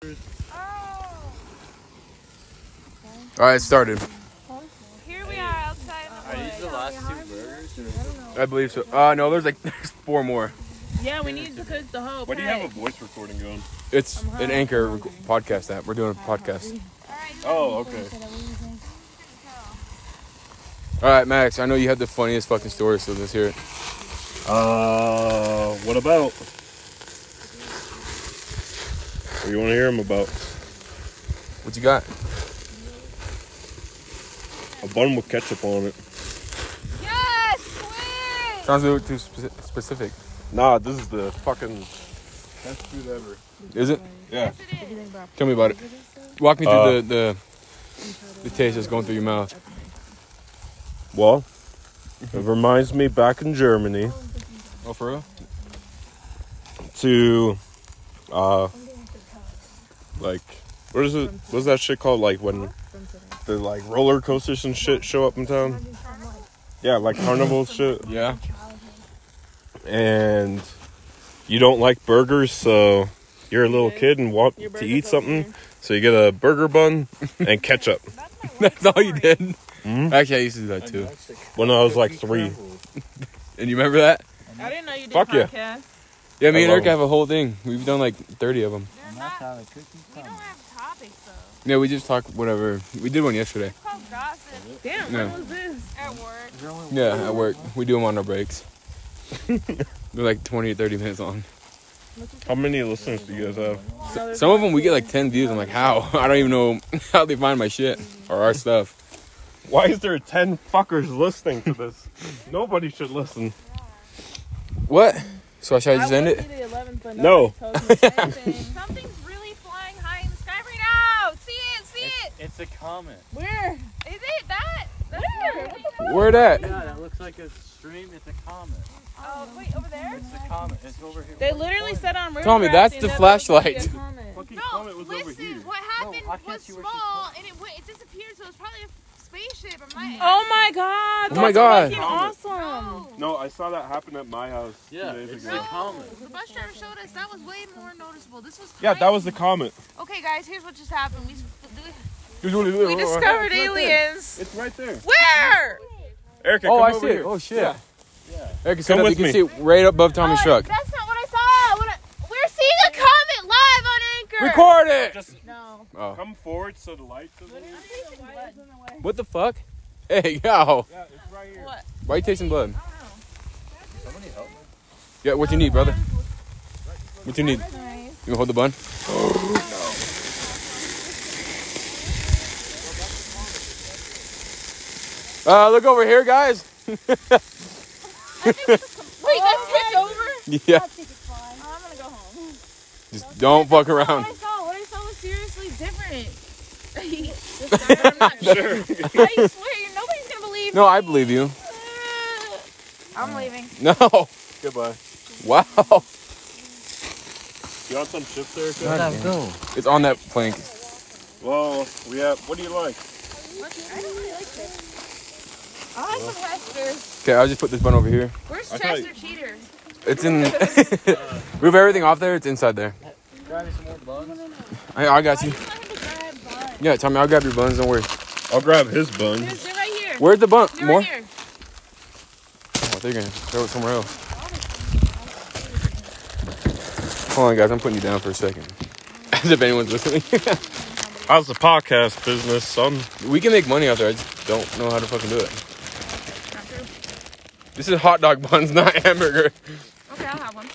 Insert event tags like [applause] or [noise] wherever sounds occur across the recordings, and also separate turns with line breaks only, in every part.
Oh,
All right, it started.
Here we are outside
Are
in the
these the last two burgers?
I believe so. Uh, no, there's like [laughs] there's four more.
Yeah, we need to cook the whole.
Why do you have a voice recording going?
It's an anchor rec- podcast app. We're doing a podcast.
Oh, okay.
All right, Max. I know you had the funniest fucking story, so let's hear it.
Uh, what about? What do you want to hear him about?
What you got?
A bun with ketchup on it.
Yes, sweet.
Sounds a little too speci- specific.
Nah, this is the fucking.
Best food ever. Is it?
Yeah.
Tell me about it. Walk me through
Uh,
the, the the taste that's going through your mouth.
Well, it reminds me back in Germany
Oh, for real?
to, uh, like, what is it? What's that shit called? Like when the like roller coasters and shit show up in town. Yeah, like carnival shit.
[laughs] Yeah.
and you don't like burgers, so you're a little kid and want
Your
to
burger
eat
goes
something, so you get a burger bun and ketchup.
[laughs] That's all you did. Actually,
Mhm.
Mm-hmm. I used to do that too.
when I was like three,
And you remember that?
I didn't know you did
Fuck yeah.
podcast.
Yeah, me
I
and
love
Eric
'em.
have a whole thing. We've done like 30 of them.
They're not, we don't have topics though.
Yeah, we just talk whatever. We did one yesterday.
It's called gossip
Damn,
Yeah.
when was this?
at work.
Yeah, at work. We do them on our
[laughs]
breaks. They're like 20 or 30 minutes long.
how many listeners do you guys have?
Another-
Some of them we get like 10 views. I'm like, how? [laughs] I don't even know how they find my shit
Mm-hmm.
or our stuff.
Why is there ten fuckers listening to this? Nobody should listen.
What? So should I
I
just end
would
it?
be the 11th, but
No.
nobody tells me anything.
Something's really flying high in the sky right now. See it, see it.
It's a comet.
Where?
Is it that? That's not it.
Where that?
Yeah, that looks like a stream. It's a comet.
Oh, wait, over there?
It's a comet. It's over here.
They literally said on River
Tommy, that's
Rafting
the
that was gonna be a
flashlight.
comment.
Fucking
No, listen, what happened
No, I can't
was
see where she's
small and it, went, it disappeared, so it was probably a spaceship. It might
Oh my god!
Oh my
that's
God.
fucking awesome.
No.
No, I saw that happen at my house
Yeah,
two days
it's
ago.
like- comet.
The bus driver showed us that was way more noticeable. This was
Yeah, that was
tiny.
the comet.
Okay, guys, here's what just happened. We,
We
discovered
Yeah, it's right there.
aliens.
It's right there.
Where?
Erica,
Oh,
come
I
over
see it.
here.
Oh, shit.
Yeah.
Eric, come
Come
with
with
You
me.
can see it right above Tommy's
Oh,
truck.
That's not what I saw. What I, we're seeing a comet live on Anchor.
Record it!
Just
No.
Oh.
come forward so the light doesn't.
What the fuck? Hey, [laughs] yo.
Yeah, it's right here.
What?
Why you tasting blood?
Somebody help me.
Yeah, what you need, brother? What you need? You hold the bun? Uh, look over here, guys. [laughs]
Wait, that's pitch over.
Yeah.
I'm gonna go home.
Just don't fuck around.
What I saw, what I saw was seriously different. I [laughs] swear, nobody's gonna believe.
No, I believe you.
I'm leaving.
[laughs] No.
Goodbye.
Wow. [laughs]
You want some chips, Erica?
go.
It's on that plank.
Well, we have. What do you like?
I like some Hester's.
Okay, I'll just put this bun over here.
Where's
I thought
Chester
you-
Cheaters?
It's in. [laughs] Move everything off there. It's inside there.
Grab me some more buns.
I, I got you. Yeah, Tommy, I'll grab your buns. Don't worry.
I'll grab his bun.
They're they're right here.
Where's the bun?
They're
More?
right here.
Oh, they're gonna throw it somewhere else. Hold on, guys. I'm putting you down for a second. [laughs] As if anyone's listening. [laughs]
How's the podcast business, son?
we can make money out there. I just don't know how to fucking do it. This is hot dog buns, [laughs] not hamburger.
Okay, I'll have one.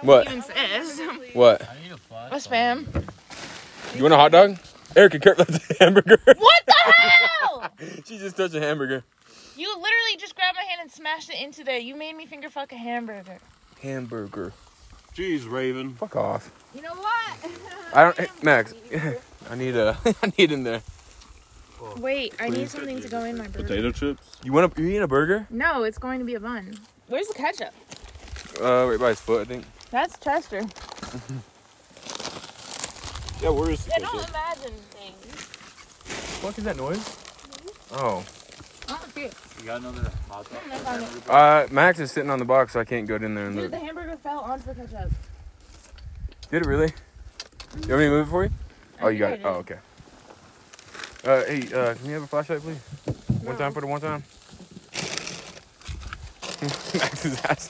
What?
Even says.
What?
I need a fly.
A spam.
You want a hot dog? Eric and Kurt left a hamburger.
[laughs] What the hell?
[laughs] she just touched a hamburger.
you literally just grabbed my hand and smashed it into there. You made me finger fuck a hamburger.
Hamburger.
Jeez, Raven.
Fuck off.
You know what?
I
[laughs]
don't. Hey, Max. [laughs] I need a. I need in there.
Wait, I need something to go in my burger.
Potato chips.
You want to? You eating a burger?
No, it's going to be a bun.
Where's the ketchup?
Uh, right by his foot, I think.
That's Chester.
Yeah, where is the
I don't imagine things.
What is that noise?
Mm-hmm.
Oh.
You got another hot dog?
Uh, Max is sitting on the box, so I can't go in there and
Dude,
look.
the hamburger fell onto the ketchup.
Did it really? You want me to move it for you? Oh, you got it.
think I
Oh, okay.
Uh, hey, uh, can you have a flashlight, please? One time for the one
[laughs]
time. Max is ass.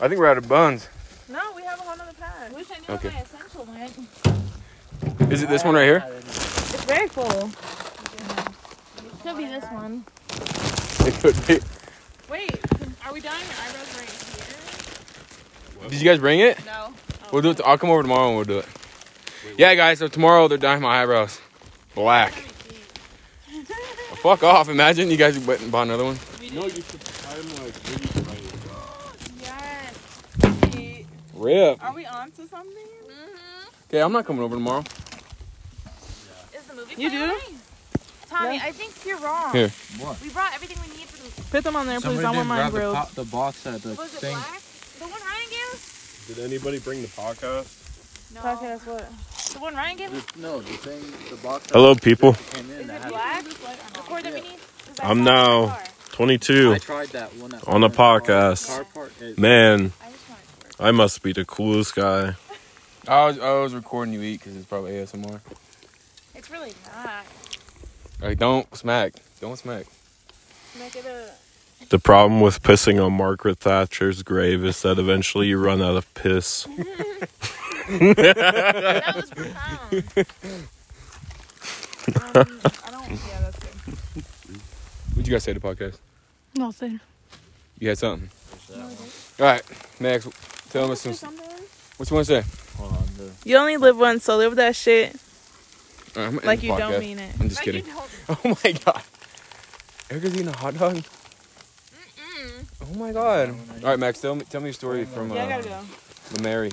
I think we're out of buns.
No, we have a whole nother pack.
Wish I knew
Okay.
okay. my essential went.
Is it this one right here?
It's very full.
Could be this one.
It could be.
Wait, are we dyeing your eyebrows right
Did you guys bring it?
here? No.
We'll do it. I'll come over tomorrow and we'll do it. Yeah, guys. So tomorrow they're dyeing my eyebrows black. Fuck off! Imagine you guys went and bought another one.
No, you should. I'm like, maybe you might.
Yes. Wait,
Rip.
Are we on to something?
Mm-hmm.
Okay, I'm not coming over tomorrow.
Is the movie
You
playing
do?
already? Tommy,
Yeah.
I think you're wrong.
Here.
What?
We brought everything we need for the.
Put them on there, please.
Somebody
I want
didn't
mine
grab the,
grilled.
pop, Uh, the box at the
Was it
thing.
black? The one Ryan gave us?
Did anybody bring the podcast?
No. Podcast, what?
The one Ryan gave us?
The- no, the thing, the box. that-
Hello, people.
that Came in
Is
that
it
had-
black? The cord that we
Yeah.
need? 'Cause I
I'm
saw it in
now
the car.
22.
I tried that one. that-
On the podcast.
Car park is-
Man,
I just want it to work.
I must be the coolest guy.
I was I was recording you eat because it's probably ASMR.
It's really not.
Like, don't smack. Don't smack.
Make it [laughs] a.
The problem with pissing on Margaret Thatcher's grave is that eventually you run out of piss.
That was profound.
Um, I don't. Yeah, that's good.
What'd you guys say to the podcast?
Nothing.
You had something. All right, Max, tell us some. What you want to say?
Hold on, the-
You only live once, so live that
All
shit
right, I'm gonna end
like
the
you don't
podcast.
mean it.
I'm just
Like, you
kidding. [laughs]
don't.
Oh my god. Erica's eating a hot dog. Oh my god. All right, Max, tell me tell me a story from uh,
Yeah, I gotta go.
the Mary.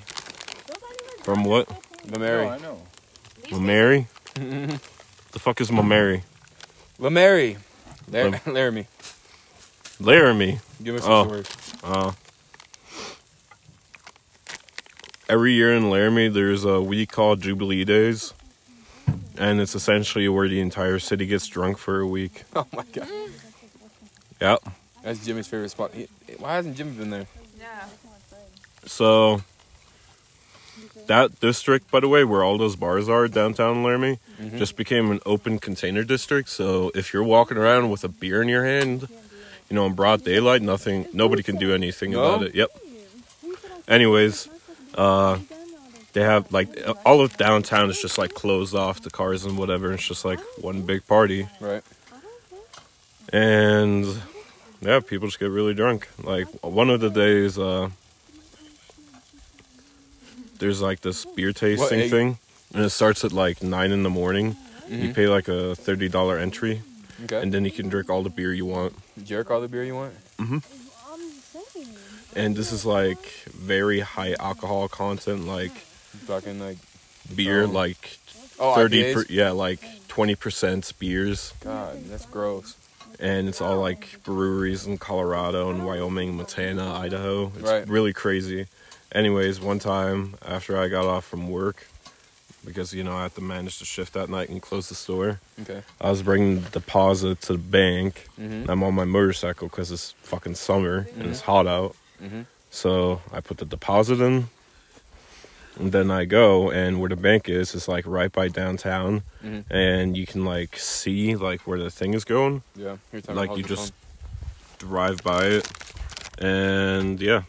From what?
The
No, I
Mary.
know.
My Mary? the fuck is my Mary?
La Mary. Lar-
Lam-
[laughs] Laramie.
Laramie.
Give us some
Oh.
stories.
Uh, every year in Laramie, there's a week called Jubilee Days, and it's essentially where the entire city gets drunk for a week.
[laughs] Oh my god.
Yep.
That's Jimmy's favorite spot. He- why hasn't Jimmy been there?
Yeah.
So that district, by the way, where all those bars are downtown Laramie, just became an open container district. So if you're walking around with a beer in your hand, you know, in broad daylight, nothing, nobody can do anything
No?
about it. Yep. Anyways, uh, they have like all of downtown is just like closed off to cars and whatever. It's just like one big party,
Right.
and yeah, people just get really drunk. Like one of the days, uh, there's like this beer tasting
egg?
thing, and it starts at like nine in the morning. You
Mhm.
pay like a thirty dollar entry,
Okay.
and then you can drink all the beer you want.
Jerk all the beer you want.
And this is like very high alcohol content, like
Fucking like
beer,
Oh.
like
oh,
thirty,
IPAs?
per, e- yeah, like twenty percent beers.
God, that's gross.
and it's all like breweries in Colorado and Wyoming, Montana, Idaho. It's
Right.
really crazy. Anyways, one time after I got off from work, because you know I had to manage the shift that night and close the store,
Okay.
I was bringing the deposit to the bank.
Mhm.
I'm on my motorcycle because it's fucking summer and it's hot out.
Mhm.
So I put the deposit in, and then I go and where the bank is is like right by downtown,
Mhm.
and you can like see like where the thing is going
Yeah. Here's time to
like
hold
you
your
just drive by it and yeah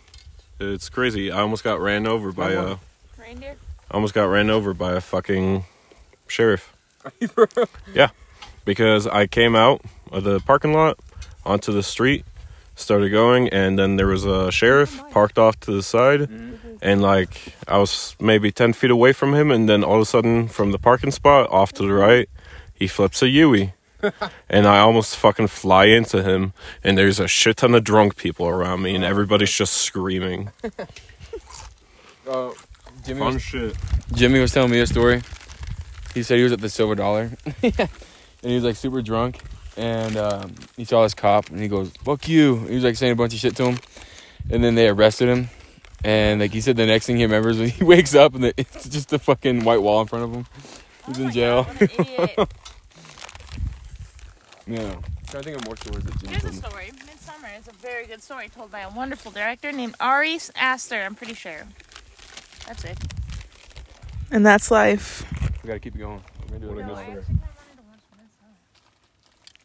it's crazy i almost got ran over by
Come on.
a
Reindeer.
I almost got ran over by a fucking sheriff yeah because i came out of the parking lot onto the street started going and then there was a sheriff parked off to the side and like i was maybe 10 feet away from him and then all of a sudden from the parking spot off to the right he flips a yui and I almost fucking fly into him. And there's a shit ton of drunk people around me, and everybody's just screaming.
phone. Uh, Jimmy was
Fun shit.
Jimmy was telling me a story. He said he was at the Silver Dollar, [laughs] and he was like super drunk, and um, he saw this cop, and he goes, "Fuck you!" He was like saying a bunch of shit to him, and then they arrested him. And like he said, the next thing he remembers when he [laughs] wakes up, and it's just a fucking white wall in front of him. He's in jail.
Oh What an
[laughs]
idiot.
Yeah. I think of more stories that Jimmy
Here's a
told me.
story. Midsummer is a very good story told by a wonderful director named Ari Aster, I'm pretty sure. That's it.
And that's life.
We gotta keep it going. We're gonna do it.
What a
again.
good story.
I actually kinda wanted to watch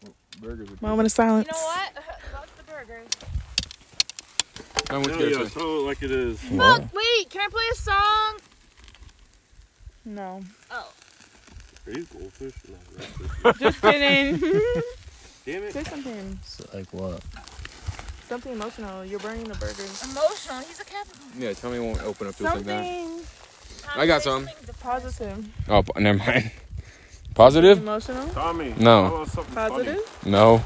Midsummer.
burger would
Moment of silence.
You know what? [laughs] That's the burgers.
Time with KFC.
tell it like it is.
Fuck, wait, can I play a song?
No.
Oh.
Are you goldfish?
Just [laughs] kidding.
Damn it.
Say something.
Like what?
Something emotional. You're burning the burgers.
Emotional. He's a Capricorn.
Yeah, tell me it won't open up just like that.
Something
I got some.
positive.
Oh, p- never mind. Positive?
Emotional.
Tommy.
No.
tell us something funny.
Positive.
No.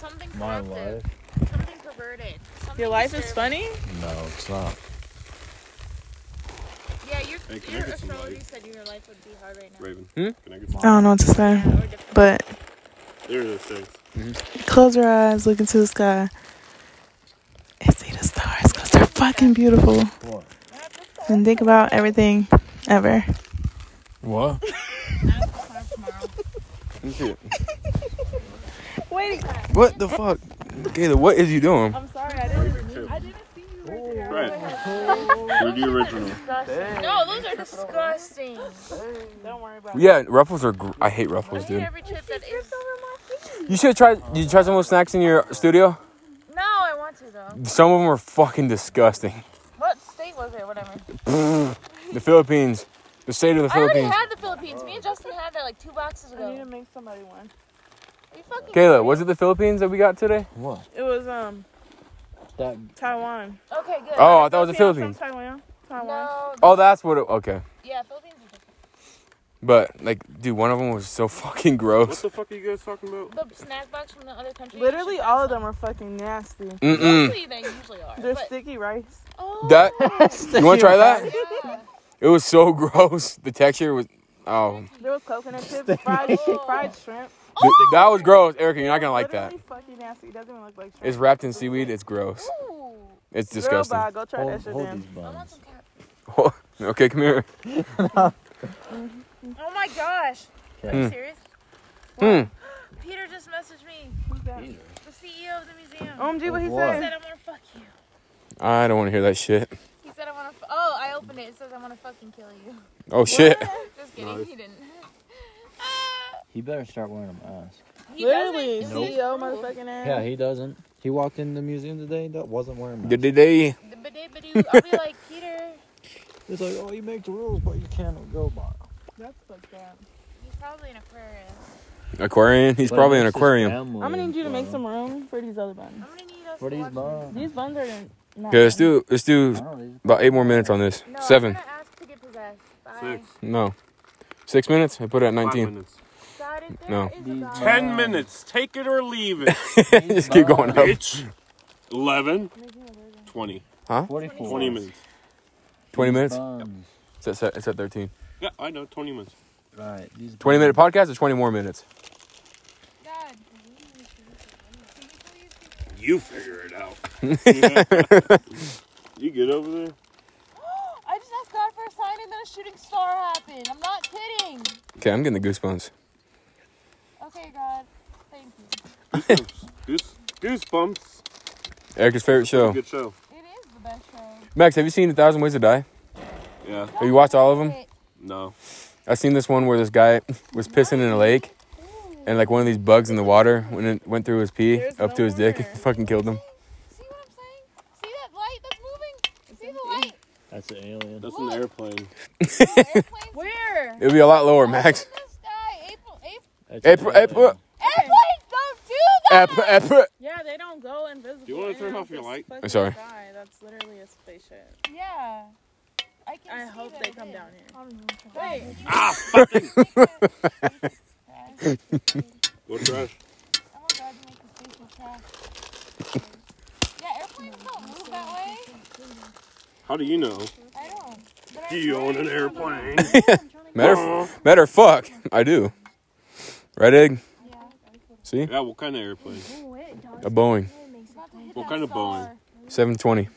Something
My
corrupted.
life?
Something perverted. Something
Your life is
disturbed.
funny.
No, it's not.
Yeah, your,
Hey, can I
your
get some
astrology
light?
said your life would be hard right now.
Raven.
Hmm?
Can I get some?
I don't know what to say,
Yeah, or different.
but
There it is. Thanks.
close your eyes, look into the sky, and see the stars because they're fucking beautiful.
What?
And think about everything ever.
What?
Wait,
What the fuck? Gator, what is you doing?
I'm sorry, I didn't.
Raven too.
I didn't see you right there.
Right. You're the original.
No, those are disgusting.
Don't worry about
Yeah, ruffles are. Gr- I hate
I
ruffles,
hate
dude.
every chip that is.
You should try. Did you try some of those snacks in your studio?
No, I want to though.
Some of them are fucking disgusting.
What state was it? Whatever.
The Philippines, the state of the
I already
Philippines.
had the Philippines. Me and Justin had that like two boxes
it. I need to
ago.
make somebody one.
Are you fucking
Kayla,
serious?
was it the Philippines that we got today?
What?
It was um
That
Taiwan.
Okay, good.
Oh, I thought it was the
Yeah, I'm from
Philippines.
Taiwan. Taiwan.
No.
Oh, that's what. it Okay,
Yeah, Philippines are different.
but like, dude, one of them was so [laughs] fucking
What
gross.
the fuck are you guys talking about?
The snack box from the other country.
Literally, all of them are fucking nasty.
Mm-mm.
Mostly they usually are.
They're
but-
sticky rice.
Oh,
That. You want to try that?
yeah.
It was so [laughs] gross. The texture was. Oh,
There was coconut chips, fried, fried shrimp.
Th- that was gross, Erica. You're not gonna like that.
Literally fucking nasty. It doesn't even look like shrimp.
It's wrapped in seaweed. It's gross.
Ooh,
It's disgusting.
Girl, bye. Go try
hold,
that shit
hold these
then.
I
buns.
want some cat.
okay, come here.
Oh my gosh. Are
Okay.
you
Mm.
serious?
Hmm.
Peter just messaged me,
Who's that?
Peter.
the CEO of the museum.
Oh.
OMG, Um, what he
What?
He said
said?
I want to fuck you.
I don't want to hear that shit.
He said I want to. F- oh, I opened it. It says I want to fucking kill you.
Oh shit.
Just kidding. He didn't.
He better start wearing a mask.
He
Literally,
doesn't-
CEO motherfucking ass.
Yeah, he doesn't. He walked in the museum today that wasn't wearing a mask.
Good day.
The bidet bidoo. I'll be like Peter.
It's like, oh, you make the rules, but you can't go by.
That's fucked up.
He's probably an Aquarius.
Aquarium. He's probably in an aquarium.
I'm gonna need you to make some room for these other buns.
I'm gonna need us.
What
to
is
watch-
buns?
These buns are not.
Okay, let's do let's do
I don't know,
about eight more minutes on this.
No,
Seven.
I'm gonna ask to get possessed. Bye.
Six.
No. Six minutes? I put it at
Five
nineteen.
minutes.
God, if there
No.
is a God,
Ten
Ten minutes. Take it or leave [laughs] it.
[laughs] Just keep going up.
Bitch. 11. 20.
44.
20 minutes.
Twenty minutes?
Buns.
It's at, se- it's at thirteen.
Yeah, I know. 20 minutes.
Right. These
Twenty minute
buns.
podcast or twenty more minutes?
God.
You figure it out. [laughs] you get over [laughs] there.
I just asked God for a sign and then a shooting star happened. I'm not kidding.
Okay, I'm getting the goosebumps.
Okay, God. Thank you.
Goose, goosebumps.
Erica's favorite show.
Good show.
It is the best show.
Max, have you seen A Thousand Ways to Die?
Yeah.
Have you watched all of them?
No.
I seen this one where this guy was pissing in a lake, and like one of these bugs in the water when it went through his pee
There's
up
no
to his dick,
water.
it [laughs] fucking killed him.
See what I'm saying? See that light that's moving? See the light?
That's an alien.
That's an airplane.
Oh, airplanes. Where?
It'd be a lot lower, Max.
This guy, April, April,
That's
Hey,
an
pr- hey,
alien.
pr-
airplanes don't do
eh,
that.
pr- eh, pr-
Yeah, they don't go invisible.
You wanna
They
turn
don't
off your
just
light?
fucking
I'm sorry.
die. That's literally a spaceship.
Yeah. I, can
I
see
hope
that
they
it
come
is.
down here.
I
Wait.
don't know.
Ah, fucking.
Yeah.
What trash?
Oh my god, you make the station crash. Yeah, airplanes don't move that way.
[laughs] How do you know?
I don't. But I
Do you own an
know.
airplane?
matter, f- matter of fuck, I do. Right, egg?
Yeah.
See?
[laughs] yeah, what kind of airplane?
A Boeing
It's about to hit
What
that
kind of
star.
Boeing?
720.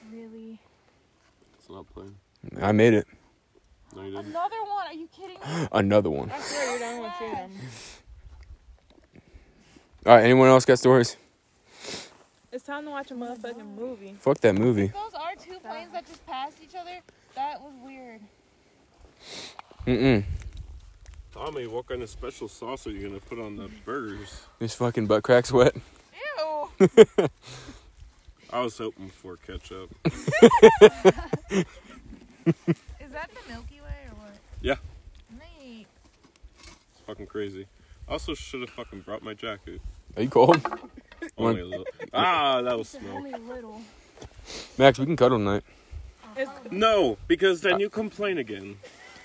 It's not a plane.
I made it.
No, you didn't.
Another one? Are you kidding me?
Another one.
I swear you're done with freedom.
All right, anyone else got stories?
It's time to watch a motherfucking movie.
Fuck that movie.
Those are two planes that just passed each other. That was weird.
Mm-mm.
Tommy. me what kind of special sauce are you gonna put on the burgers?
His fucking butt crack's wet.
Ew.
I was hoping for ketchup.
Is that the Milky Way or what?
Yeah.
Neat.
fucking crazy. Also, should have fucking brought my jacket.
Are you cold?
Only a little. Ah, that was smoke.
Only little.
Max, we can cuddle tonight.
No, because then you complain again.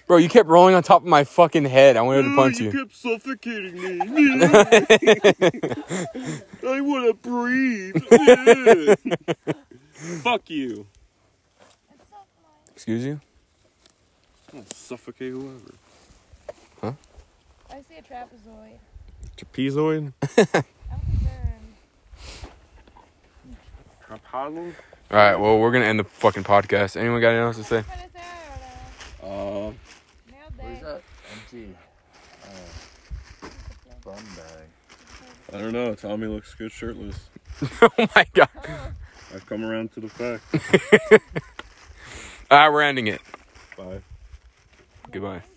Bro, you kept rolling on top of my fucking head. I wanted to punch you.
kept suffocating me. I want to breathe. Fuck you.
It's not mine.
Excuse you?
I'll suffocate whoever.
I see a trapezoid.
Trapezoid?
I'm concerned.
Trapezoid?
All right, well, we're going to end the fucking podcast. Anyone got anything else to say? [laughs]
What is that?
Uh,
Nailed that.
Empty. bum bag.
I don't know. Tommy looks good shirtless.
oh my God.
I've come around to the fact.
All right, we're ending it.
Bye.
Goodbye.